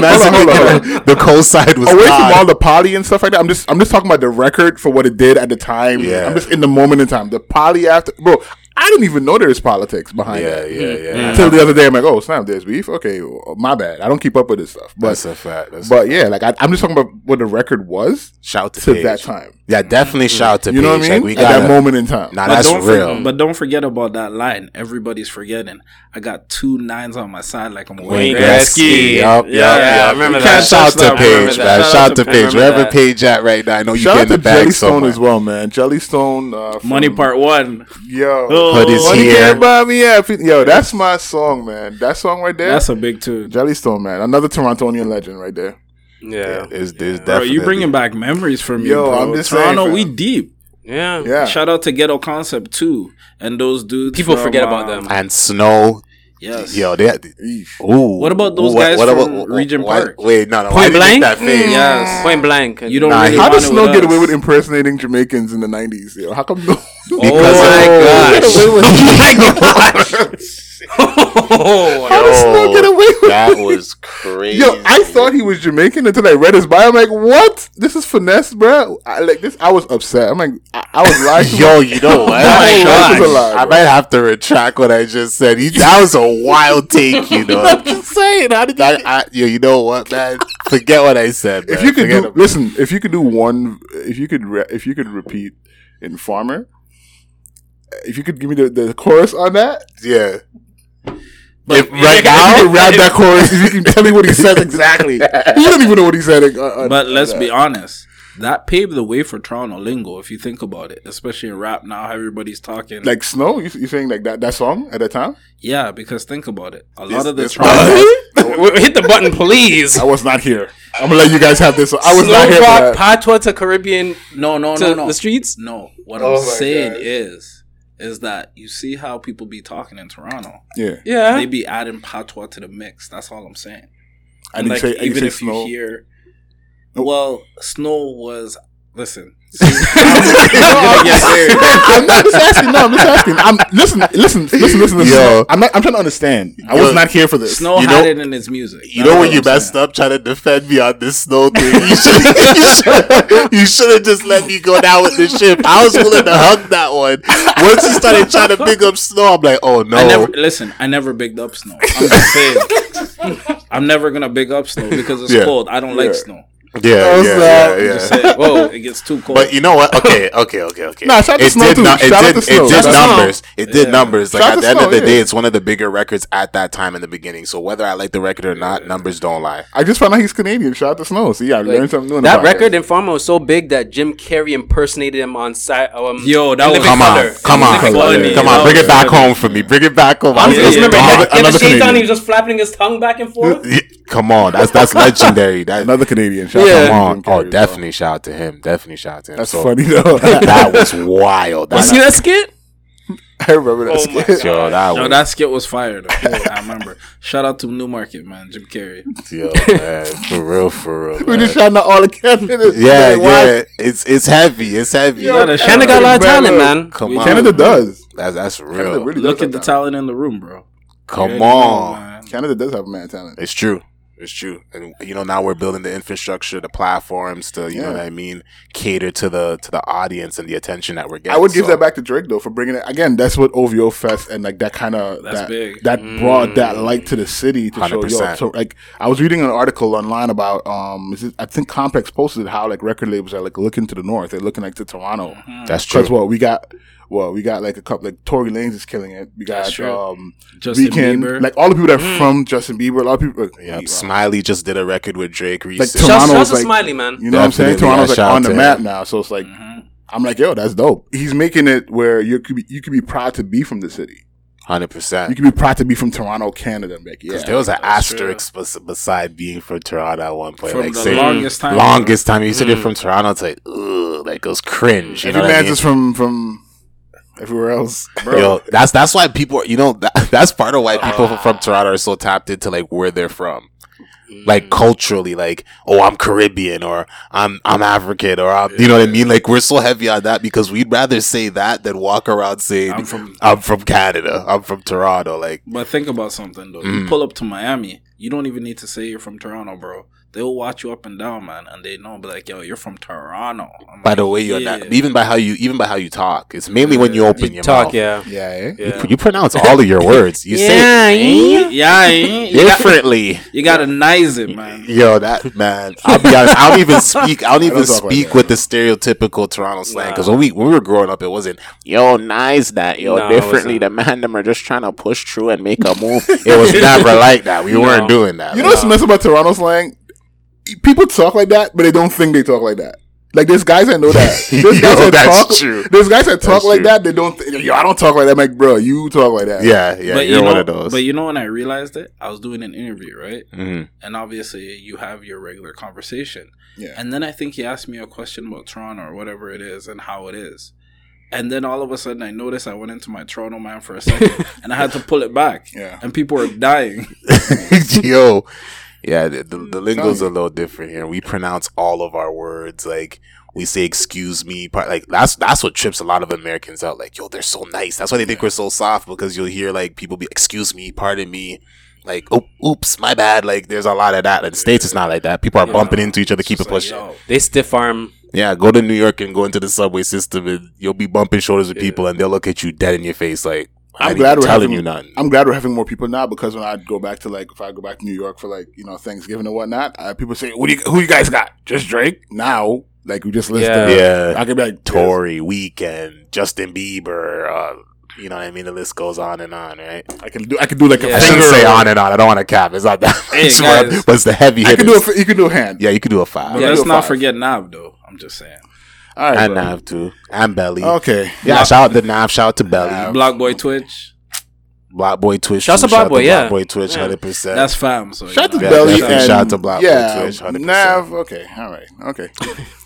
Speaker 1: Max-
Speaker 3: Hold on, hold on, hold
Speaker 1: The cold side was
Speaker 3: Away
Speaker 1: gone.
Speaker 3: from all the poly and stuff like that, I'm just I'm just talking about the record for what it did at the time.
Speaker 1: Yeah.
Speaker 3: I'm just in the moment in time. The poly after, bro. I didn't even know there was politics behind
Speaker 1: yeah,
Speaker 3: that.
Speaker 1: yeah, yeah.
Speaker 3: Until the other day, I'm like, oh snap, there's beef. Okay, well, my bad. I don't keep up with this stuff. But
Speaker 1: That's a fact. That's
Speaker 3: but yeah, like I, I'm just talking about what the record was
Speaker 1: shout to,
Speaker 3: to
Speaker 1: Paige.
Speaker 3: that time. Mm.
Speaker 1: Yeah, definitely shout out to
Speaker 3: You know
Speaker 1: Paige.
Speaker 3: what I mean?
Speaker 1: Like, we
Speaker 3: at
Speaker 1: got
Speaker 3: that moment in time.
Speaker 1: Nah, that's
Speaker 4: don't
Speaker 1: real.
Speaker 4: For, but don't forget about that line. Everybody's forgetting. I got two nines on my side like I'm
Speaker 1: Wayne
Speaker 4: Wayne
Speaker 1: Gretzky.
Speaker 2: Gretzky.
Speaker 1: Yup, yup,
Speaker 2: Yeah, yeah, I
Speaker 1: yup.
Speaker 2: remember
Speaker 1: You
Speaker 2: that.
Speaker 1: can't Shout out to
Speaker 4: Shout out to- I remember
Speaker 1: Paige,
Speaker 4: that.
Speaker 1: man.
Speaker 4: Shout
Speaker 1: Shout
Speaker 4: out
Speaker 1: out to
Speaker 4: to Paige.
Speaker 1: Paige. Wherever
Speaker 2: Remember that.
Speaker 1: Paige at right now, I know you
Speaker 3: Shout out
Speaker 1: getting
Speaker 3: to
Speaker 1: the bag
Speaker 3: Jellystone
Speaker 1: somewhere.
Speaker 3: as well, man. Jellystone, uh, from-
Speaker 4: Money Oh, Part One.
Speaker 3: Yo,
Speaker 1: Hoodies
Speaker 3: Money
Speaker 1: here.
Speaker 3: can't buy me happy. Yo, that's my song, man. That song right there.
Speaker 4: That's a big tune.
Speaker 3: Jellystone, man. Another Torontonian legend right there.
Speaker 2: Yeah.
Speaker 1: Is is
Speaker 4: Bro,
Speaker 1: definitely
Speaker 4: you bringing back memories for me,
Speaker 3: Yo,
Speaker 4: bro.
Speaker 3: I'm just
Speaker 4: Toronto,
Speaker 3: saying,
Speaker 4: we
Speaker 3: fam.
Speaker 4: deep.
Speaker 2: Yeah.
Speaker 3: Yeah.
Speaker 4: Shout out to Ghetto Concept too, and those dudes.
Speaker 2: People
Speaker 4: from,
Speaker 2: forget
Speaker 4: um,
Speaker 2: about them.
Speaker 1: and snow.
Speaker 4: Yes.
Speaker 1: Yo, they.
Speaker 3: Eesh.
Speaker 1: Ooh.
Speaker 4: What about those guys from Regent
Speaker 1: why-
Speaker 4: Park?
Speaker 1: Wait, no, no. why did
Speaker 2: Point
Speaker 1: you make That
Speaker 2: blank. Mm,
Speaker 1: face?
Speaker 4: Yes.
Speaker 2: Point blank.
Speaker 4: You don't
Speaker 1: Nah,
Speaker 4: really
Speaker 1: he-
Speaker 3: How
Speaker 4: want
Speaker 3: does
Speaker 4: it
Speaker 3: Snow
Speaker 4: with
Speaker 3: get
Speaker 4: us.
Speaker 3: away with impersonating Jamaicans in the 90s? Yo? How come no?
Speaker 1: Because
Speaker 4: Oh
Speaker 2: Oh
Speaker 3: How does Snow get away with
Speaker 1: That
Speaker 3: it?
Speaker 1: was crazy.
Speaker 3: Yo, I thought he was Jamaican until I read his bio. I'm like, what? This is finesse, bro. I, like this, I was upset. I'm like, I, I was lied to.
Speaker 1: Yo, you know what?
Speaker 3: That
Speaker 1: I,
Speaker 3: was a lie,
Speaker 1: I
Speaker 3: bro.
Speaker 1: might have to retract what I just said. He, that was a wild take, you know. I'm just saying. How did I, I, yo, you know what, man? Forget what I said.
Speaker 3: if
Speaker 1: man.
Speaker 3: you could
Speaker 1: Forget
Speaker 3: do,
Speaker 1: about-
Speaker 3: listen, if you could do one, if you could, re, if you could repeat in Farmer, if you could give me the, the chorus on that,
Speaker 1: yeah.
Speaker 4: But-
Speaker 1: if right now,
Speaker 3: if you could rap that chorus, if you can tell me what he says exactly. You don't even know what he said. uh, uh,
Speaker 4: But let's
Speaker 3: uh,
Speaker 4: be honest. That paved the way for Toronto lingo, if you think about it, especially in rap now. Everybody's talking
Speaker 3: like Snow. You, you saying like that that song at that time?
Speaker 4: Yeah, because think about it. A lot of the
Speaker 1: this-
Speaker 4: Toronto,
Speaker 2: Hit the button, please.
Speaker 3: I was not here. I'm gonna let you guys have this. I was not here.
Speaker 2: Snowbrock,
Speaker 3: For that.
Speaker 2: Patois to Caribbean
Speaker 4: no, no,
Speaker 2: to
Speaker 4: no, no,
Speaker 2: the streets.
Speaker 4: no. What
Speaker 3: Oh
Speaker 4: I'm
Speaker 3: my
Speaker 4: saying
Speaker 3: gosh.
Speaker 4: is, is that you see how people be talking in Toronto.
Speaker 3: Yeah,
Speaker 2: Yeah.
Speaker 4: They be adding patois to the mix. That's all I'm saying.
Speaker 3: I didn't
Speaker 4: like,
Speaker 3: say. I didn't
Speaker 4: even
Speaker 3: say
Speaker 4: if
Speaker 3: Snow.
Speaker 4: you hear,
Speaker 3: Nope.
Speaker 4: well, Snow was listen.
Speaker 3: I'm, I'm not just asking. No, I'm just asking. I'm listen, listen, listen, listen. listen.
Speaker 1: Yo.
Speaker 3: I'm not, I'm trying to understand. I was
Speaker 1: Yo.
Speaker 3: not here for this.
Speaker 4: Snow
Speaker 1: You know-
Speaker 4: had it in his music.
Speaker 1: You know when you messed up trying to defend me on this snow thing, you should you should you should have just let me go down with the ship. I was willing to hug that one. Once you started trying to big up snow, I'm like, oh no,
Speaker 4: I never listen. I never bigged up snow. I'm just saying. I'm never gonna big up snow because it's
Speaker 1: Yeah.
Speaker 4: cold. I don't like snow.
Speaker 1: yeah,
Speaker 3: What's
Speaker 1: yeah,
Speaker 3: up?
Speaker 1: yeah, yeah.
Speaker 4: Just say, whoa, it gets too cold.
Speaker 1: But you know what? Okay, okay, okay, okay.
Speaker 3: Nah, shout out to
Speaker 1: it
Speaker 3: Snow
Speaker 1: did
Speaker 3: too.
Speaker 1: not. It
Speaker 3: Shout
Speaker 1: did.
Speaker 3: out to
Speaker 1: It
Speaker 3: Snow.
Speaker 1: did
Speaker 3: Shout out to
Speaker 1: numbers. It did
Speaker 4: Yeah.
Speaker 1: numbers. Like
Speaker 3: Shout
Speaker 1: at
Speaker 3: out to
Speaker 1: the end of
Speaker 3: Snow,
Speaker 1: the day,
Speaker 3: yeah.
Speaker 1: it's one of the bigger records at that time in the beginning. So whether I like the record or not, numbers don't lie.
Speaker 3: I just found out he's Canadian. Shout out to Snow. See, I learned something new. in the
Speaker 2: That
Speaker 3: podcast.
Speaker 2: record in Pharma was so big that Jim Carrey impersonated him on site. Um,
Speaker 4: Yo, that
Speaker 2: in
Speaker 4: was-
Speaker 2: Living
Speaker 1: Come
Speaker 2: Color.
Speaker 1: on, come on, come on,
Speaker 4: Funny.
Speaker 1: come
Speaker 4: That
Speaker 1: on! Bring
Speaker 4: was
Speaker 1: it back
Speaker 4: funny.
Speaker 1: home for me. Bring it back home. I
Speaker 2: I
Speaker 1: was
Speaker 2: was just
Speaker 1: listening to
Speaker 2: remember he
Speaker 1: another-
Speaker 2: had the
Speaker 1: another
Speaker 2: shades on, he
Speaker 1: Canadian.
Speaker 2: was just flapping his tongue back and forth.
Speaker 1: Yeah, come on, that's that's legendary. That
Speaker 3: Another Canadian. Shout
Speaker 1: come
Speaker 3: out to
Speaker 1: on.
Speaker 3: Jim Carrey,
Speaker 1: Oh,
Speaker 3: bro.
Speaker 1: definitely shout out to him. Definitely shout out to him.
Speaker 3: That's
Speaker 1: So,
Speaker 3: funny though.
Speaker 1: That was wild. That,
Speaker 2: that skit?
Speaker 3: I remember that.
Speaker 2: Oh my
Speaker 3: skit.
Speaker 1: yo, that
Speaker 4: Yo,
Speaker 1: was
Speaker 4: that skit was fired. I remember. Shout out to Newmarket, man. Jim Carrey.
Speaker 1: yo, man, for real, for real.
Speaker 3: We
Speaker 1: man.
Speaker 3: just shouting out all the candidates.
Speaker 1: Yeah,
Speaker 3: Like, why-
Speaker 1: yeah. It's it's heavy. It's heavy.
Speaker 4: You gotta shout
Speaker 2: Canada got a lot of
Speaker 3: Bro,
Speaker 2: talent,
Speaker 3: look.
Speaker 2: man.
Speaker 1: Come
Speaker 4: We-
Speaker 1: on,
Speaker 3: Canada does.
Speaker 1: That's that's
Speaker 3: Canada
Speaker 1: real.
Speaker 3: really
Speaker 4: Look
Speaker 3: does
Speaker 4: at the
Speaker 3: have talent.
Speaker 4: talent in the room, bro.
Speaker 1: Come
Speaker 4: Yeah,
Speaker 1: on,
Speaker 4: man.
Speaker 3: Canada does have mad talent.
Speaker 1: it's true. It's true, and you know now we're building the infrastructure, the platforms to you know
Speaker 3: Yeah.
Speaker 1: what I mean, cater to the to the audience and the attention that we're getting.
Speaker 3: I would give
Speaker 1: So,
Speaker 3: that back to Drake though for bringing it again. That's what OVO Fest and like that kind of
Speaker 4: That's
Speaker 3: that
Speaker 4: big.
Speaker 3: that brought that
Speaker 1: Mm.
Speaker 3: light to the city to show yo.
Speaker 1: 100%.
Speaker 3: So like I was reading an article online about um is it, I think Complex posted how like record labels are like looking to the north. They're looking like to Toronto
Speaker 1: That's Mm. true.
Speaker 3: because well we got well we got like a couple like Tory Lanez is killing it. We
Speaker 4: That's
Speaker 3: got
Speaker 4: true.
Speaker 3: um
Speaker 4: Justin
Speaker 3: Weeknd.
Speaker 4: Bieber.
Speaker 3: like all the people that
Speaker 1: Mm.
Speaker 3: are from Justin Bieber. A lot of people like,
Speaker 1: Yep.
Speaker 3: wow.
Speaker 1: Smiley just did a record with Drake recently.
Speaker 3: Toronto-
Speaker 2: Shout out
Speaker 3: was
Speaker 2: to
Speaker 3: like-
Speaker 2: Smiley, man.
Speaker 3: You know what I'm saying?
Speaker 1: Definitely,
Speaker 3: Toronto's
Speaker 1: yeah,
Speaker 3: like
Speaker 1: shout
Speaker 3: on the
Speaker 1: to Mm.
Speaker 3: map
Speaker 1: him.
Speaker 3: now, so it's like
Speaker 4: Mhm.
Speaker 3: I'm like, yo, that's dope. He's making it where you could be, you could be proud to be from the city.
Speaker 1: Hundred
Speaker 3: You
Speaker 1: percent.
Speaker 3: could be proud to be from Toronto, Canada. I'm Like, yeah,
Speaker 1: Because there was an
Speaker 4: that's true.
Speaker 1: asterisk bes- beside being from Toronto at one point.
Speaker 4: From
Speaker 1: like,
Speaker 4: the
Speaker 1: say,
Speaker 4: longest time. Mm.
Speaker 1: longest time. You said you're from Toronto. It's like, ugh, like it goes cringe. You
Speaker 3: every
Speaker 1: know what I
Speaker 3: man's
Speaker 1: mean?
Speaker 3: is from from everywhere else. Bro.
Speaker 1: Yo, that's that's why people. You know, that, that's part of why people
Speaker 4: Ah.
Speaker 1: from Toronto are so tapped into like where they're from,
Speaker 2: Mm.
Speaker 4: Mm.
Speaker 1: like culturally. Like, oh, I'm Caribbean, or I'm I'm African, or I'm, you know what I mean. Like, we're so heavy on that because we'd rather say that than walk around saying
Speaker 4: I'm
Speaker 1: I'm
Speaker 4: from-
Speaker 1: from, Canada, I'm from Toronto. Like,
Speaker 4: But think about something though. You
Speaker 1: Mm.
Speaker 4: pull up to Miami, you don't even need to say you're from Toronto, bro. They'll watch you up and down, man, and they know, but like, yo, you're from Toronto. I'm
Speaker 1: by
Speaker 4: like,
Speaker 1: the way, you're
Speaker 4: yeah.
Speaker 1: not, even by how you even by how you talk. It's mainly when you open your
Speaker 2: Talk,
Speaker 1: mouth.
Speaker 2: yeah.
Speaker 3: Yeah, eh?
Speaker 1: You, pr- you pronounce all of your words. You
Speaker 2: Yeah,
Speaker 1: say
Speaker 2: eh?
Speaker 1: eh,
Speaker 4: Yeah, eh? you, got,
Speaker 1: differently.
Speaker 4: you gotta nice it, man.
Speaker 1: Yo, that man. I'll be honest. I don't even speak. I don't even
Speaker 3: talk like
Speaker 1: speak
Speaker 3: that.
Speaker 1: with the stereotypical Toronto slang because when we when we were growing up, it wasn't yo nice that yo
Speaker 2: No, it
Speaker 1: differently.
Speaker 2: wasn't.
Speaker 1: The man them are just trying to push through and make a move. it was never like that. We weren't doing that.
Speaker 3: You know what's messed about Toronto slang? People talk like that, but they don't think they talk like that. Like there's guys that know that. There's guys
Speaker 1: Yo, Oh,
Speaker 3: that
Speaker 1: that's
Speaker 3: talk,
Speaker 1: true.
Speaker 3: There's guys that talk
Speaker 1: That's
Speaker 3: like
Speaker 1: true.
Speaker 3: that. They don't. Th- yo, I don't talk like that. I'm like, bro, you talk like that.
Speaker 1: yeah, yeah.
Speaker 4: but
Speaker 1: you're
Speaker 4: you know,
Speaker 1: one of those.
Speaker 4: But you know when I realized it, I was doing an interview, right?
Speaker 1: Mhm.
Speaker 4: And obviously, you have your regular conversation.
Speaker 3: Yeah.
Speaker 4: And then I think he asked me a question about Toronto or whatever it is and how it is. And then all of a sudden, I noticed I went into my Toronto man for a second, and I had to pull it back.
Speaker 3: Yeah.
Speaker 4: And people were dying.
Speaker 1: yo. Yeah, the, the, the lingo's
Speaker 3: Tell
Speaker 1: a little different here. We pronounce all of our words like we say "excuse me." Part like that's that's what trips a lot of Americans out. Like, yo, they're so nice. That's why they think we're so soft because you'll hear like people be "excuse me," "pardon me," like "oh, oops, my bad." Like, there's a lot of that. In the states, it's not like that. People are bumping into each other. Keep it
Speaker 4: It's like,
Speaker 1: pushing.
Speaker 4: yo,
Speaker 2: They stiff arm.
Speaker 1: Yeah, go to New York and go into the subway system, and you'll be bumping shoulders with people, and they'll look at you dead in your face. Like, I
Speaker 3: I'm
Speaker 1: ain't
Speaker 3: glad
Speaker 1: even
Speaker 3: we're
Speaker 1: telling
Speaker 3: having,
Speaker 1: you nothing.
Speaker 3: I'm glad we're having more people now because when I go back to like if I go back to New York for like you know Thanksgiving and whatnot, uh, people say, "What do you who you guys got? Just Drake?" Now, like we just listed,
Speaker 2: Yeah.
Speaker 1: yeah,
Speaker 3: I could be like Tor.
Speaker 1: Tory, Weekend, Justin Bieber. Uh, you know what I mean? The list goes on and on, right?
Speaker 3: I can do I can do like a
Speaker 2: Yeah.
Speaker 1: I
Speaker 3: finger.
Speaker 1: shouldn't say on and on. I don't want to cap. It's not that much,
Speaker 4: guys.
Speaker 1: but- but it's the heavy
Speaker 3: I
Speaker 1: hitters.
Speaker 3: can do a, fi- you can do a hand.
Speaker 1: yeah, you could do a five.
Speaker 3: Yeah,
Speaker 4: let's
Speaker 3: you're
Speaker 4: not
Speaker 3: five.
Speaker 4: forget Nav though. I'm just saying.
Speaker 3: All right,
Speaker 1: And
Speaker 3: bro.
Speaker 1: Nav too. And Belly.
Speaker 3: Okay.
Speaker 1: Yeah, shout out to Nav. Shout out to Belly.
Speaker 3: Nav.
Speaker 4: Block Boy Twitch.
Speaker 1: Black Boy Twitch.
Speaker 2: Shout out
Speaker 1: too.
Speaker 2: to Black Boy, yeah.
Speaker 1: Black Boy Twitch,
Speaker 2: Yeah.
Speaker 1: 100%.
Speaker 4: That's fam. So
Speaker 3: Shout out to
Speaker 1: Yeah,
Speaker 3: Belly
Speaker 1: definitely.
Speaker 3: and
Speaker 1: Shout out to Black Boy
Speaker 3: yeah,
Speaker 1: Twitch, 100%.
Speaker 3: Nav. Okay, all right, okay.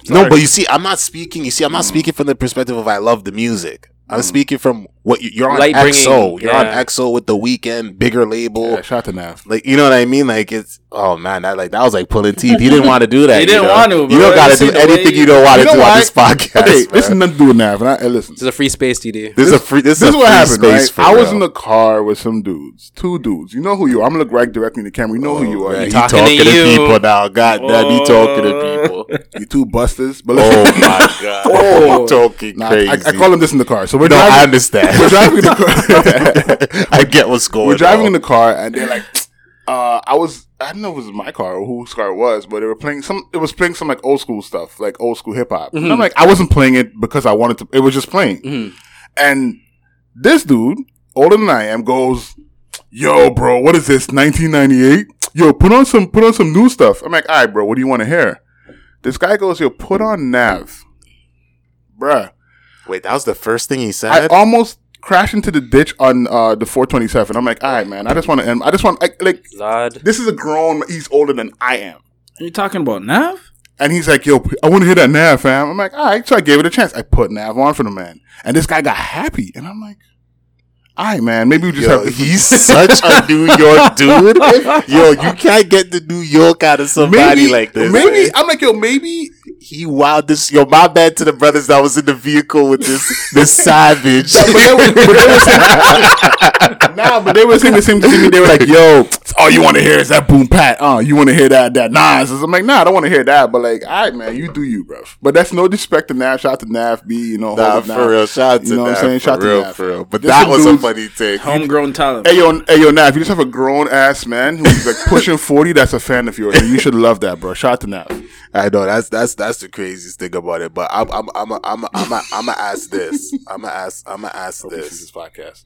Speaker 1: no, but you see, I'm not speaking. You see, I'm not speaking from the perspective of I love the music. I'm speaking from what you- you're on
Speaker 2: Light bringing,
Speaker 1: XO, you're on
Speaker 2: yeah.
Speaker 1: XO with the weekend, bigger label.
Speaker 3: Yeah, shout out to Nav.
Speaker 1: Like you know what I mean? Like it's oh man, that like that was like pulling teeth. You didn't want to do that.
Speaker 4: You didn't
Speaker 1: know?
Speaker 4: want to,
Speaker 1: You
Speaker 4: bro.
Speaker 1: don't got
Speaker 4: You
Speaker 1: to do
Speaker 4: see the way
Speaker 1: anything
Speaker 4: you-
Speaker 1: you don't want to
Speaker 3: You know
Speaker 1: do on
Speaker 3: why?
Speaker 1: this podcast.
Speaker 3: Okay, this
Speaker 1: man.
Speaker 3: is nothing to do with Nav. And I, and listen,
Speaker 2: This is a free space, DD.
Speaker 1: this is a free. This,
Speaker 3: this
Speaker 1: is
Speaker 3: is
Speaker 1: a
Speaker 3: what
Speaker 1: free
Speaker 3: happened,
Speaker 1: space
Speaker 3: right?
Speaker 1: for
Speaker 3: I was
Speaker 1: real.
Speaker 3: in the car with some dudes, two dudes. You know who you are. I'm gonna look right directly in the camera. You know who you are.
Speaker 1: Man,
Speaker 3: You,
Speaker 1: Oh, he
Speaker 2: talking
Speaker 1: talking,
Speaker 2: to
Speaker 1: to,
Speaker 2: you.
Speaker 1: people now. God damn, he talking to people.
Speaker 3: you two busters. But
Speaker 1: Oh
Speaker 3: listen,
Speaker 1: my god,
Speaker 3: Oh.
Speaker 1: oh, talking
Speaker 3: nah,
Speaker 1: crazy.
Speaker 3: I, I call him this in the car. So we're
Speaker 1: No,
Speaker 3: driving.
Speaker 1: I
Speaker 3: we're
Speaker 1: understand.
Speaker 3: driving in the car.
Speaker 1: I get what's going.
Speaker 3: we're driving in
Speaker 1: on.
Speaker 3: the car, and they're like, uh, I was, I don't know if it was my car or whose car it was, but they were playing some, it was playing some like old school stuff, like old school hip hop. And I'm like, I wasn't playing it because I wanted to, it was just playing.
Speaker 2: Mhm.
Speaker 3: And this dude, older than I am, goes, Yo, bro, what is this, 1998? Yo, put on some, put on some new stuff. I'm like, all right, bro, what do you want to hear? This guy goes, Yo, put on Nav. Bruh.
Speaker 1: Wait, that was the first thing he
Speaker 3: I
Speaker 1: said.
Speaker 3: almost crashed into the ditch on uh, the 427. I'm like, all right, man. I just want to end. I just want like, like
Speaker 2: Lord.
Speaker 3: this is a grown. He's older than I am,
Speaker 4: You talking about Nav?
Speaker 3: and he's like, yo, I want to hear that Nav, fam. I'm like, all right. So I gave it a chance. I put Nav on for the man, and this guy got happy, and I'm like, all right, man. Maybe we just
Speaker 1: Yo,
Speaker 3: have. This
Speaker 1: he's such a New York dude. Yo, you can't get the New York out of somebody
Speaker 3: maybe
Speaker 1: like this.
Speaker 3: Maybe
Speaker 1: man.
Speaker 3: I'm like, yo, maybe
Speaker 1: he wowed this. Yo, my bad to the brothers that was in the vehicle with this this savage.
Speaker 3: but they were, but they were saying, nah, but they were saying the same thing to me. They were like, "Yo, all you want to hear is that boom pat. Uh, you want to hear that that Nas." I'm like, "Nah, I don't want to hear that." But like, all right, man, you do you, bruv. But that's no disrespect to Nav. Shout out to Nav B. You know,
Speaker 1: Nah,
Speaker 3: hold it
Speaker 1: for
Speaker 3: Nav.
Speaker 1: real. Shout out to
Speaker 3: You know what I'm
Speaker 1: Nav,
Speaker 3: saying?
Speaker 1: For
Speaker 3: Shout out to
Speaker 1: real,
Speaker 3: Nav.
Speaker 1: for real. But
Speaker 3: There's
Speaker 1: that
Speaker 3: some
Speaker 1: was a
Speaker 3: dudes-
Speaker 1: funny thing.
Speaker 4: Homegrown talent.
Speaker 3: Hey yo, hey yo, Nav. You just have a grown ass man who's like pushing forty. That's a fan of yours. And you should love that, bro. Shout out to Nav.
Speaker 1: I know that's that's that's the craziest thing about it. But I'm I'm I'm a, I'm a, I'm a, I'm gonna ask this. I'm gonna ask I'm gonna ask this.
Speaker 3: podcast.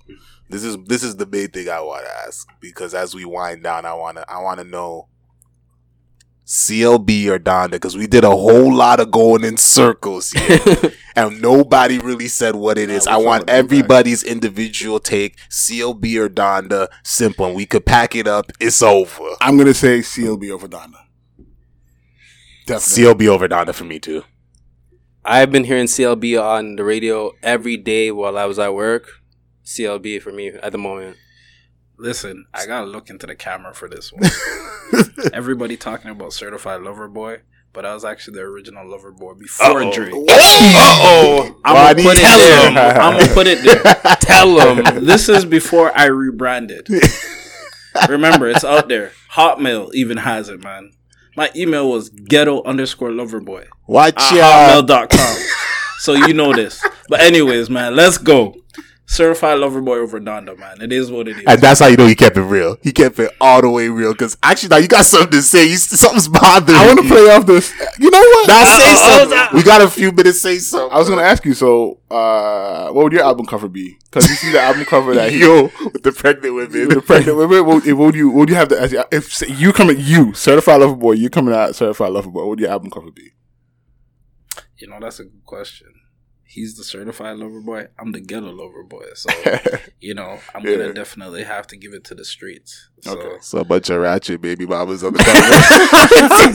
Speaker 1: This is this is the main thing I want to ask because as we wind down, I wanna I wanna know CLB or Donda because we did a whole lot of going in circles here, and nobody really said what it
Speaker 3: Nah,
Speaker 1: is.
Speaker 3: we
Speaker 1: I
Speaker 3: followed
Speaker 1: want
Speaker 3: it back.
Speaker 1: everybody's individual take. CLB or Donda, simple. We could pack it up. It's over.
Speaker 3: I'm gonna say CLB over Donna. Definitely.
Speaker 1: CLB over Donda for me too.
Speaker 2: I've been hearing CLB on the radio every day while I was at work. CLB for me at the moment.
Speaker 4: Listen, I gotta look into the camera for this one. Everybody talking about certified lover boy, but I was actually the original lover boy before Drake.
Speaker 1: oh,
Speaker 4: I'm
Speaker 1: I
Speaker 4: gonna
Speaker 1: need
Speaker 4: put it
Speaker 1: tell
Speaker 4: there.
Speaker 1: him.
Speaker 4: I'm gonna put it there. Tell them this is before I rebranded. Remember, it's out there. Hotmail even has it, man. My email was ghetto underscore loverboy
Speaker 1: Watch
Speaker 4: at
Speaker 1: out.
Speaker 4: hotmail.com. So you know this. But anyways, man, let's go. Certified lover boy over Donda, man. It is what it is.
Speaker 1: And that's how you know he kept it real. He kept it all the way real. Because actually, now you got something to say. You, something's bothering.
Speaker 3: I want to
Speaker 1: you.
Speaker 3: play off this. You know what?
Speaker 1: Now say
Speaker 2: Uh-oh, oh,
Speaker 1: something.
Speaker 2: that-
Speaker 1: we got a few minutes. Say something.
Speaker 3: I was gonna ask you. So, uh, what would your album cover be? Because you see the album cover that he,
Speaker 1: yo with the pregnant women.
Speaker 3: the pregnant women. What, what would you? What would you have to ask? If say, you coming, you certified lover boy, you coming out certified lover boy. What would your album cover be?
Speaker 4: You know, that's a good question. He's the certified lover boy. I'm the ghetto lover boy. So, you know, I'm
Speaker 3: Yeah.
Speaker 4: gonna definitely have to give it to the streets. So
Speaker 3: Okay.
Speaker 1: So much of ratchet baby mamas on the cover.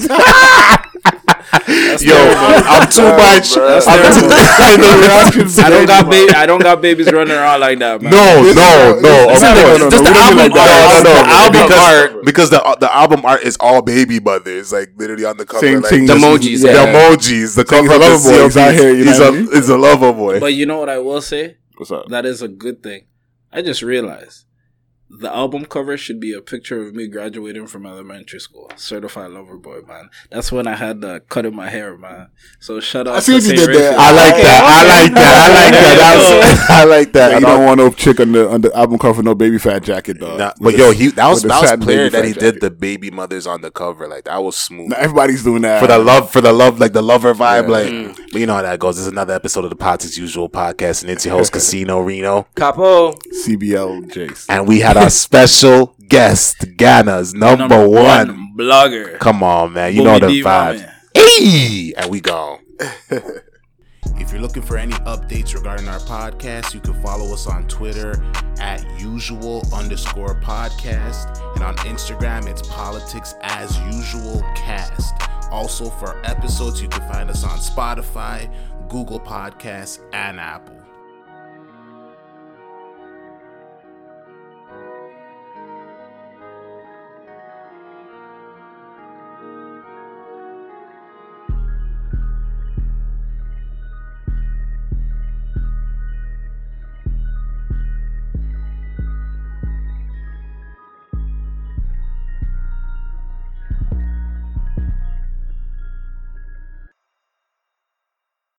Speaker 1: Yo,
Speaker 4: terrible.
Speaker 1: I'm too
Speaker 3: Terrible,
Speaker 1: much.
Speaker 3: bro. That's
Speaker 1: I'm too
Speaker 4: terrible.
Speaker 1: I know ratchet
Speaker 4: I don't got
Speaker 1: baby
Speaker 4: ba- I don't got babies running around like that, man.
Speaker 1: No,
Speaker 3: This-
Speaker 1: no, no.
Speaker 3: this-
Speaker 1: Of
Speaker 3: no, no,
Speaker 1: course.
Speaker 3: no, no,
Speaker 1: Just
Speaker 3: we
Speaker 1: the
Speaker 3: don't do
Speaker 1: album
Speaker 3: like that.
Speaker 1: art. No,
Speaker 3: No,
Speaker 1: no,
Speaker 3: no,
Speaker 1: the album
Speaker 3: because-
Speaker 1: art. Because the the album art is all baby mothers, like literally on the cover.
Speaker 3: Same
Speaker 1: like,
Speaker 3: thing.
Speaker 2: The emojis,
Speaker 1: The
Speaker 2: yeah.
Speaker 1: emojis. The
Speaker 3: Saying
Speaker 1: cover of
Speaker 3: he's a
Speaker 1: the
Speaker 3: lover boy, he's
Speaker 1: CLB
Speaker 3: out here, you know
Speaker 1: is
Speaker 3: what I
Speaker 1: a
Speaker 3: mean?
Speaker 1: is a lover boy.
Speaker 4: But you know what I will say?
Speaker 3: What's up?
Speaker 4: That is a good thing. I just realized the album cover should be a picture of me graduating from elementary school. Certified lover boy, man. That's when I had the cut in my hair, man. So shut up.
Speaker 3: I see what you did there.
Speaker 1: I like that. I like that. I like that. That was- I like that.
Speaker 3: Yeah,
Speaker 1: I
Speaker 3: you
Speaker 1: don't-
Speaker 3: don't want no chick on the on the album cover, no baby fat jacket, dog.
Speaker 1: Nah,
Speaker 3: With
Speaker 1: but
Speaker 3: a-
Speaker 1: yo, he that was
Speaker 3: with a
Speaker 1: that was
Speaker 3: satin
Speaker 1: clear
Speaker 3: baby
Speaker 1: that
Speaker 3: fat
Speaker 1: he did
Speaker 3: jacket.
Speaker 1: the baby mothers on the cover. Like that was smooth.
Speaker 3: Nah, everybody's doing that
Speaker 1: for the love, for the love, like the lover vibe,
Speaker 3: Yeah.
Speaker 1: like
Speaker 4: Mm.
Speaker 2: Mm.
Speaker 1: but you know how that goes. This is another episode of the Pots as Usual podcast, and it's your host Casino Reno,
Speaker 2: Capo.
Speaker 3: CBL Jace.
Speaker 1: and we had our special guest, Ghana's number, one.
Speaker 4: blogger.
Speaker 1: Come on, man, you
Speaker 4: Boomy
Speaker 1: know the
Speaker 4: D, my
Speaker 1: vibe.
Speaker 4: man.
Speaker 1: Hey, and we gone.
Speaker 5: If you're looking for any updates regarding our podcast, you can follow us on Twitter at usual underscore podcast and on Instagram it's politics as usual cast. Also for episodes, you can find us on Spotify, Google Podcasts, and Apple.